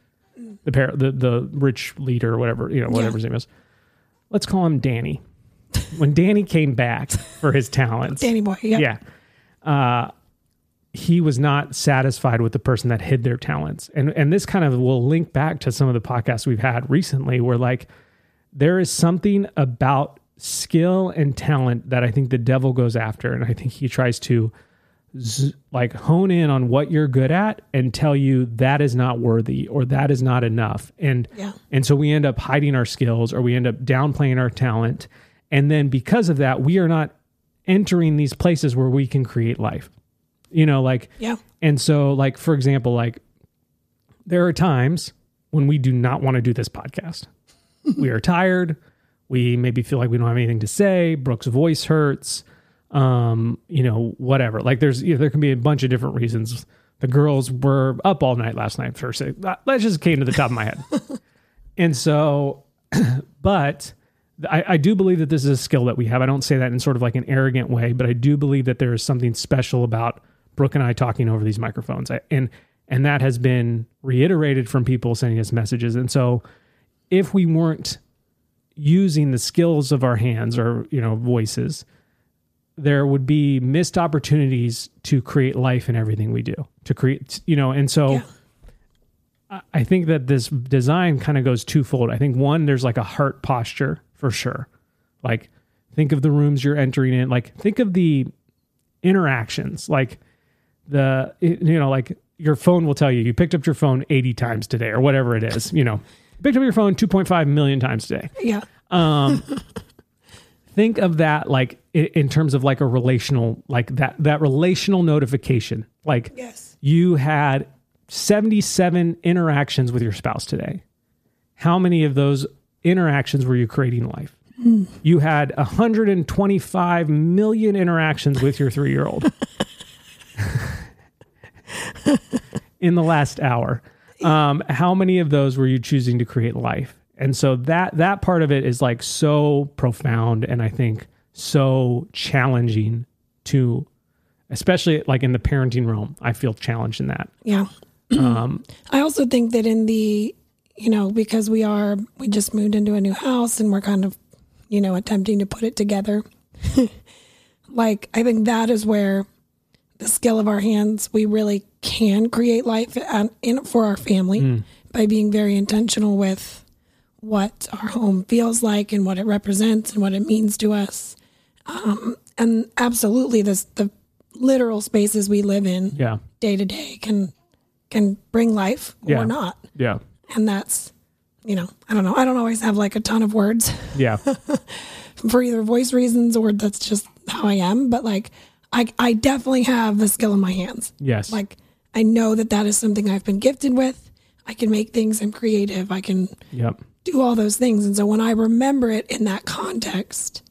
The par- the the rich leader or whatever, you know, whatever his name is. Let's call him Danny. When Danny came back for his talents,
Danny boy. Yeah.
yeah. Uh, he was not satisfied with the person that hid their talents. And and this kind of will link back to some of the podcasts we've had recently where like there is something about skill and talent that I think the devil goes after and I think he tries to z- like hone in on what you're good at and tell you that is not worthy or that is not enough. And
Yeah.
and so we end up hiding our skills or we end up downplaying our talent. And then because of that, we are not entering these places where we can create life. You know, like,
Yeah.
and so, like, for example, like, there are times when we do not want to do this podcast. we are tired. We maybe feel like we don't have anything to say. Brooke's voice hurts. Um, you know, whatever. Like, there's, you know, there can be a bunch of different reasons. The girls were up all night last night for say that that just came to the top of my head. And so, but I, I do believe that this is a skill that we have. I don't say that in sort of like an arrogant way, but I do believe that there is something special about Brooke and I talking over these microphones. I, and and that has been reiterated from people sending us messages. And so if we weren't using the skills of our hands or, you know, voices, there would be missed opportunities to create life in everything we do. To create, you know, and so
Yeah.
I think that this design kind of goes twofold. I think one, there's like a heart posture for sure. Like, think of the rooms you're entering in. Like, think of the interactions. Like, the it- you know, like your phone will tell you you picked up your phone 80 times today or whatever it is. You know, picked up your phone 2.5 million times today
Yeah.
think of that like i- in terms of like a relational like that that relational notification like
Yes.
you had 77 interactions with your spouse today how many of those interactions were you creating life you had 125 million interactions with your 3-year-old in the last hour, um, how many of those were you choosing to create life? And so that that part of it is like so profound, and I think so challenging to, especially like in the parenting realm. I feel challenged in that.
Yeah. I also think that in the, you know, because we are, we just moved into a new house and we're kind of, you know, attempting to put it together. like, I think that is where the skill of our hands, we really can create life and in, for our family by being very intentional with what our home feels like and what it represents and what it means to us. Um, and absolutely, this, the literal spaces we live in
Yeah,
day to day can can bring life
Yeah.
or not
yeah,
and that's you know i don't know i don't always have like a ton of words
yeah,
for either voice reasons or that's just how i am but like i i definitely have the skill in my hands
yes,
like i know that that is something i've been gifted with i can make things i'm creative i can
yep,
do all those things. And so when I remember it in that context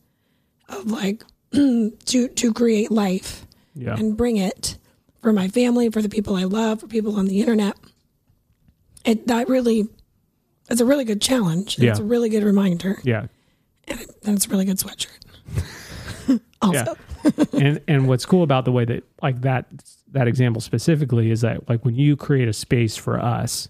of like to to create life
Yeah.
and bring it for my family, for the people I love, for people on the internet, it that really it's a really good challenge. and It's
Yeah.
a really good reminder.
yeah.
And it's a really good sweatshirt. also.
Yeah. and and what's cool about the way that like that that example specifically is that like when you create a space for us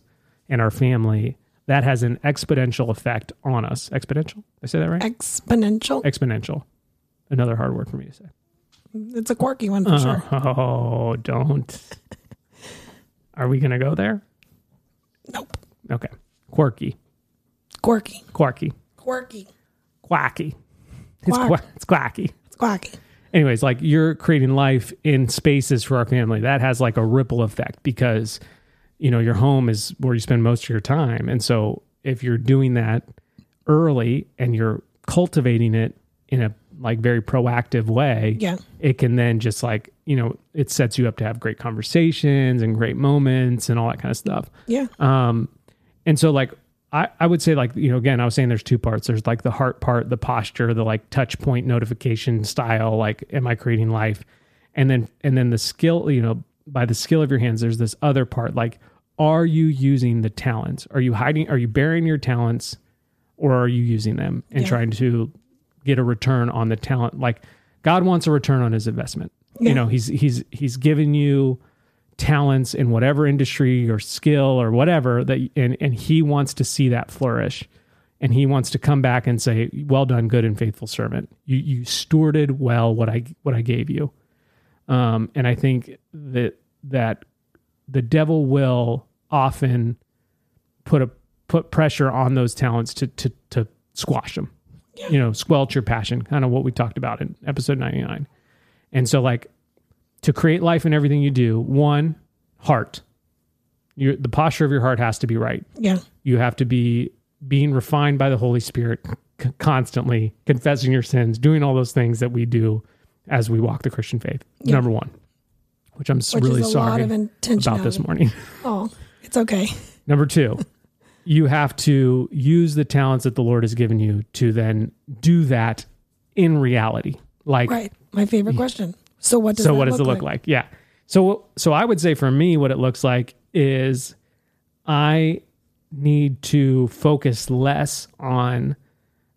and our family, that has an exponential effect on us. Exponential? Did I say that right?
Exponential.
exponential. Another hard word for me to say.
It's a quirky one for
Uh-huh.
sure.
Oh, don't. Are we gonna go there?
Nope.
Okay. Quirky.
Quirky.
Quirky.
Quirky.
Quacky. It's
Quack.
qua- it's quacky.
It's quacky.
anyways, like you're creating life in spaces for our family. That has like a ripple effect because, you know, your home is where you spend most of your time. And so if you're doing that early and you're cultivating it in a like very proactive way,
Yeah.
it can then just like, you know, it sets you up to have great conversations and great moments and all that kind of stuff.
Yeah.
Um, and so like I, I would say like you know again I was saying there's two parts. There's like the heart part, the posture, the like touch point notification style. Like am I creating life? And then and then the skill you know by the skill of your hands. There's this other part like are you using the talents? Are you hiding? Are you burying your talents, or are you using them and
Yeah.
trying to get a return on the talent? Like God wants a return on His investment. You
Yeah.
know he's he's he's given you talents in whatever industry or skill or whatever that and and he wants to see that flourish and he wants to come back and say well done good and faithful servant you you stewarded well what i what i gave you um and i think that that the devil will often put a put pressure on those talents to to to squash them you know squelch your passion kind of what we talked about in episode 99 and so like to create life in everything you do, one, heart. Your, the posture of your heart has to be right.
Yeah.
You have to be being refined by the Holy Spirit c- constantly, confessing your sins, doing all those things that we do as we walk the Christian faith. Number one, which I'm s
Which
really
is a lot
sorry
of intentionality.
about this morning.
Oh, it's okay.
Number two, you have to use the talents that the Lord has given you to then do that in reality. Like,
Right. My favorite question. So what does
so
that
what does
look
it look like? yeah so so i would say for me what it looks like is i need to focus less on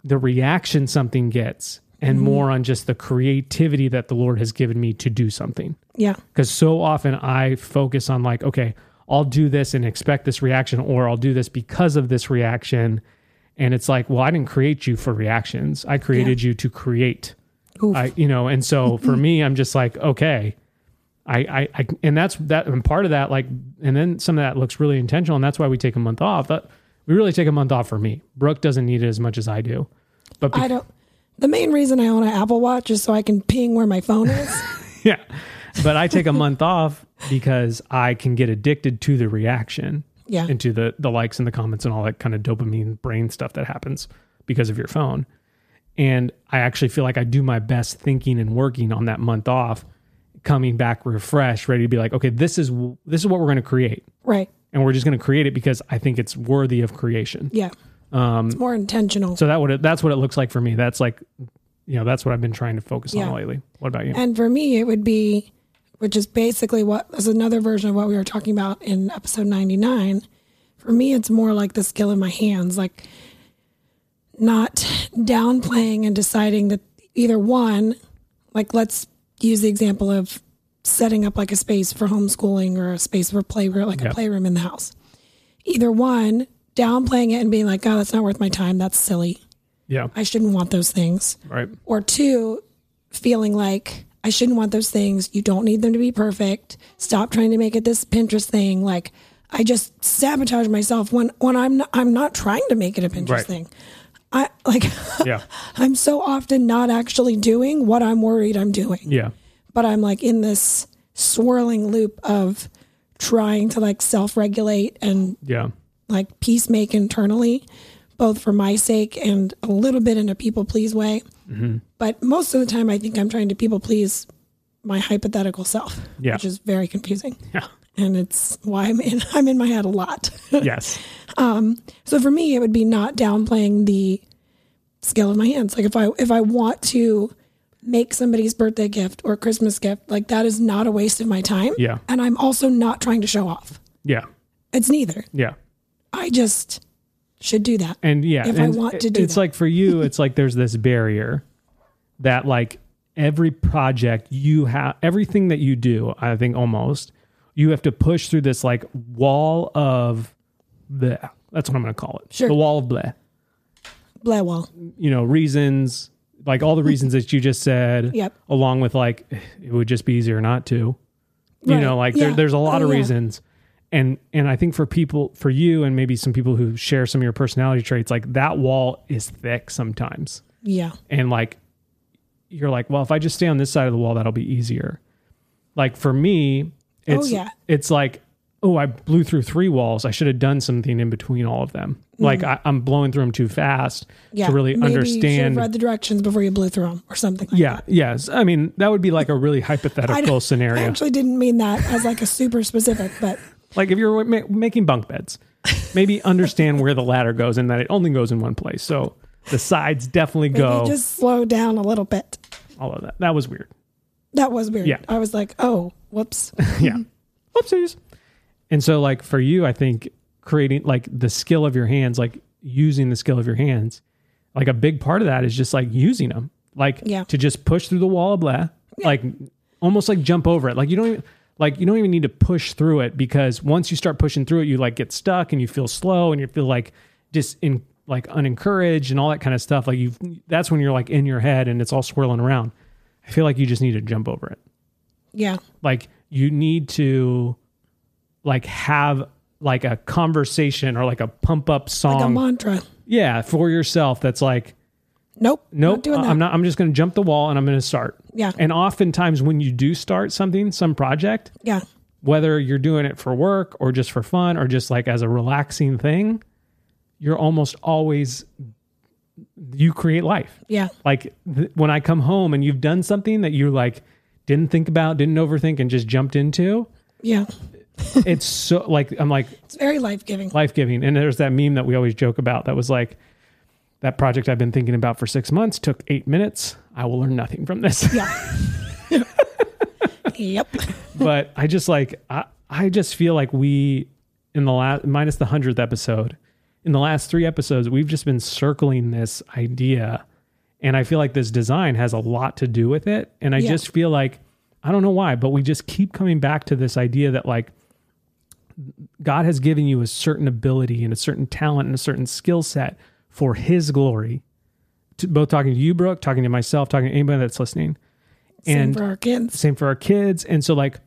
the reaction something gets
Mm-hmm.
and more on just the creativity that the lord has given me to do something
Yeah.
because so often i focus on like okay i'll do this and expect this reaction or i'll do this because of this reaction and it's like well i didn't create you for reactions i created you to create I, you know, and so for me, I'm just like, okay, I, I, I, and that's that, and part of that, like, and then some of that looks really intentional, and that's why we take a month off. But we really take a month off for me. Brooke doesn't need it as much as I do, but be-
I don't. The main reason I own an Apple Watch is so I can ping where my phone is.
yeah, but I take a month off because I can get addicted to the reaction,
Yeah.
and to the the likes and the comments and all that kind of dopamine brain stuff that happens because of your phone. And I actually feel like I do my best thinking and working on that month off, coming back refreshed, ready to be like, okay, this is this is what we're going to create,
right.
and we're just going to create it because I think it's worthy of creation.
Yeah. it's more intentional.
Um, So that would that's what it looks like for me. That's like, you know, that's what I've been trying to focus
Yeah.
on lately. What about you?
and for me, it would be which is basically what is another version of what we were talking about in episode 99. For me, it's more like the skill in my hands, like not downplaying and deciding that either one, like let's use the example of setting up like a space for homeschooling or a space for playroom, like
Yeah.
a playroom in the house. Either one, downplaying it and being like, oh, that's not worth my time. That's silly.
Yeah.
I shouldn't want those things
Right.
or two, feeling like I shouldn't want those things. You don't need them to be perfect. Stop trying to make it this Pinterest thing. Like I just sabotage myself when when I'm not, I'm not trying to make it a Pinterest
Right.
thing. I like
Yeah.
I'm so often not actually doing what I'm worried I'm doing,
Yeah.
but I'm like in this swirling loop of trying to like self-regulate and
Yeah.
like peacemake internally, both for my sake and a little bit in a people please way.
Mm-hmm.
But most of the time, I think I'm trying to people please my hypothetical self,
Yeah.
which is very confusing.
Yeah.
And it's why I'm in, I'm in my head a lot.
Yes.
so for me, it would be not downplaying the skill of my hands. Like if I if I want to make somebody's birthday gift or Christmas gift, like that is not a waste of my time.
Yeah.
And I'm also not trying to show off.
Yeah.
It's neither.
Yeah.
I just should do that.
and yeah,
if I
and
want to
it-
do
it's
that.
like for you, it's like there's this barrier that like every project you have, everything that you do, I think almost you have to push through this like wall of bleh. That's what I'm going to call it.
Sure.
The wall of bleh.
Blah, well.
You know, reasons like all the reasons that you just said,
Mm-hmm. Yep.
along with like it would just be easier not to you
Right.
know like
Yeah.
there, there's a lot
Oh,
of
yeah.
reasons and and i think for people for you and maybe some people who share some of your personality traits like that wall is thick sometimes
Yeah.
and like you're like well if i just stay on this side of the wall that'll be easier like for me it's
Oh, yeah.
it's like oh i blew through three walls i should have done something in between all of them like I, i'm blowing through them too fast
Mm-hmm. Yeah.
to really
Maybe You should have
understand
read the directions before you blew through them or something like
yeah
that.
yes i mean that would be like a really
I
hypothetical
don't- I
scenario
actually didn't mean that as like a super specific, but
Like if you're ma- making bunk beds, maybe understand where the ladder goes and that it only goes in one place. So the sides definitely
maybe
go.
just slow down a little bit.
all of that. That was weird.
That was weird.
Yeah.
I was like, oh, whoops.
Yeah. Whoopsies. And so like for you, I think creating like the skill of your hands, like using the skill of your hands, like a big part of that is just like using them, like
Yeah.
to just push through the wall of blah, like almost like jump over it. Like you don't even, like you don't even need to push through it because once you start pushing through it, you like get stuck and you feel slow and you feel like just in like unencouraged and all that kind of stuff. Like you, that's when you're like in your head and it's all swirling around. I feel like you just need to jump over it
Yeah.
like you need to like have like a conversation or like a pump up
Like a
song
mantra.
yeah for yourself that's like
Nope.
nope uh,
Not doing that.
i'm not i'm just going to jump the wall and i'm going to start
Yeah.
and oftentimes when you do start something some project
Yeah.
whether you're doing it for work or just for fun or just like as a relaxing thing you're almost always you create life
Yeah.
like th- when I come home and you've done something that you like didn't think about, didn't overthink, and just jumped into,
Yeah.
it's so like I'm like
It's very life giving.
life giving. And there's that meme that we always joke about that was like that project I've been thinking about for six months took eight minutes. I will learn nothing from this.
yep.
but I just like I, I just feel like we in the last minus the hundredth episode, in the last three episodes, we've just been circling this idea. And I feel like this design has a lot to do with it. And I
Yeah.
just feel like I don't know why, but we just keep coming back to this idea that like God has given you a certain ability and a certain talent and a certain skill set for his glory. To, both talking to you, Brooke, talking to myself, talking to anybody that's listening.
Same for our kids.
Same for our kids. And so, like,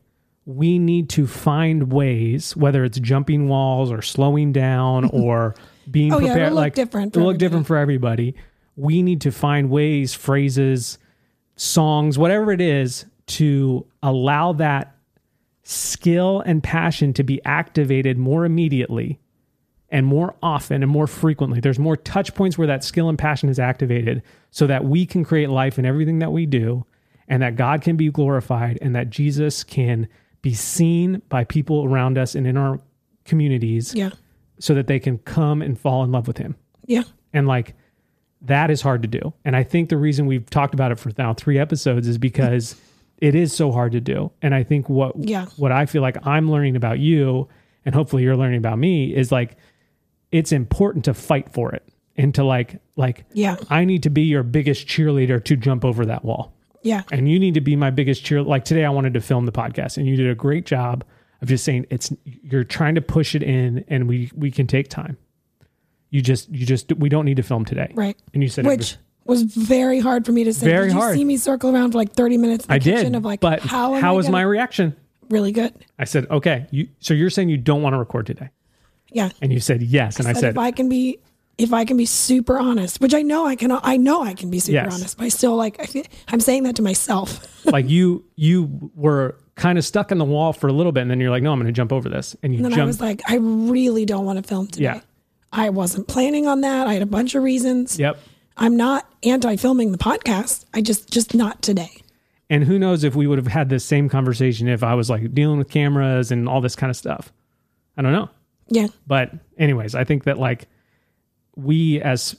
we need to find ways, whether it's jumping walls or slowing down or being
Oh, yeah, it'll
prepared.
look
like,
different for
it'll look different for everybody. We need to find ways, phrases, songs, whatever it is, to allow that skill and passion to be activated more immediately and more often and more frequently. There's more touch points where that skill and passion is activated so that we can create life in everything that we do and that God can be glorified and that Jesus can be seen by people around us and in our communities
Yeah.
so that they can come and fall in love with him.
Yeah.
And like that is hard to do. And I think the reason we've talked about it for now three episodes is because it is so hard to do. And I think what
Yeah.
what I feel like I'm learning about you, and hopefully you're learning about me, is like it's important to fight for it and to like like
Yeah.
I need to be your biggest cheerleader to jump over that wall
Yeah.
and you need to be my biggest cheer. Like today, I wanted to film the podcast, and you did a great job of just saying it's. You're trying to push it in, and we we can take time. You just you just we don't need to film today,
Right.
And you said it
Which
was-
was very hard for me to say.
Very
did you
hard.
see me circle around for like 30 minutes in the
I
kitchen
did,
of like,
but
how, am I
how was
gonna-
my reaction?
really good?
I said okay. You so you're saying you don't want to record today,
Yeah.
and you said yes, and I
Like,
said
if I can be, if I can be super honest, which I know I can, I know I can be super
Yes.
honest, but I still like, I feel, I'm saying that to myself.
like you you were kind of stuck in the wall for a little bit, and then you're like, no, I'm going to jump over this, and you
And then I
jumped.
was like, I really don't want to film today.
Yeah.
I wasn't planning on that. I had a bunch of reasons.
yep.
I'm not anti-filming the podcast. I just, just not today.
And who knows if we would have had this same conversation if I was like dealing with cameras and all this kind of stuff. I don't know.
Yeah.
But anyways, I think that like we as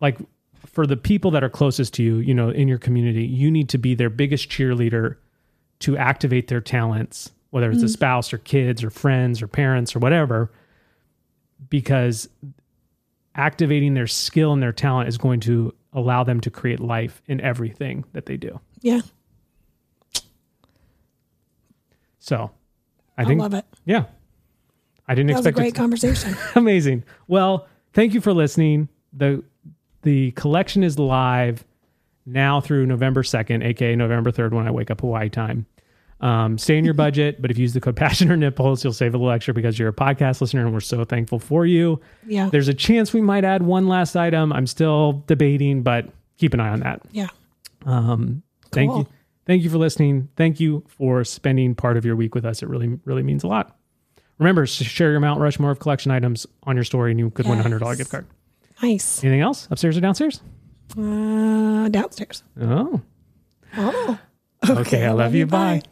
like for the people that are closest to you, you know, in your community, you need to be their biggest cheerleader to activate their talents, whether it's a spouse or kids or friends or parents or whatever, because activating their skill and their talent is going to allow them to create life in everything that they do.
Yeah.
So I
I,
think
love it.
Yeah. I didn't
That was a
expect it
great conversation.
amazing. Well, thank you for listening. The the collection is live now through November 2nd, aka November 3rd when I wake up Hawaii time. Um, stay in your budget, but if you use the code passion or nipples, you'll save a little extra because you're a podcast listener and we're so thankful for you.
Yeah.
There's a chance we might add one last item. I'm still debating, but keep an eye on that.
yeah.
Um, Thank
Cool.
you. Thank you for listening. Thank you for spending part of your week with us. It really, really means a lot. Remember, s- share your Mount Rushmore of collection items on your story and you could win a $100
Yes.
gift card.
Nice.
Anything else? Upstairs or downstairs?
Uh, downstairs.
Oh.
Oh.
Okay. I love you. Bye.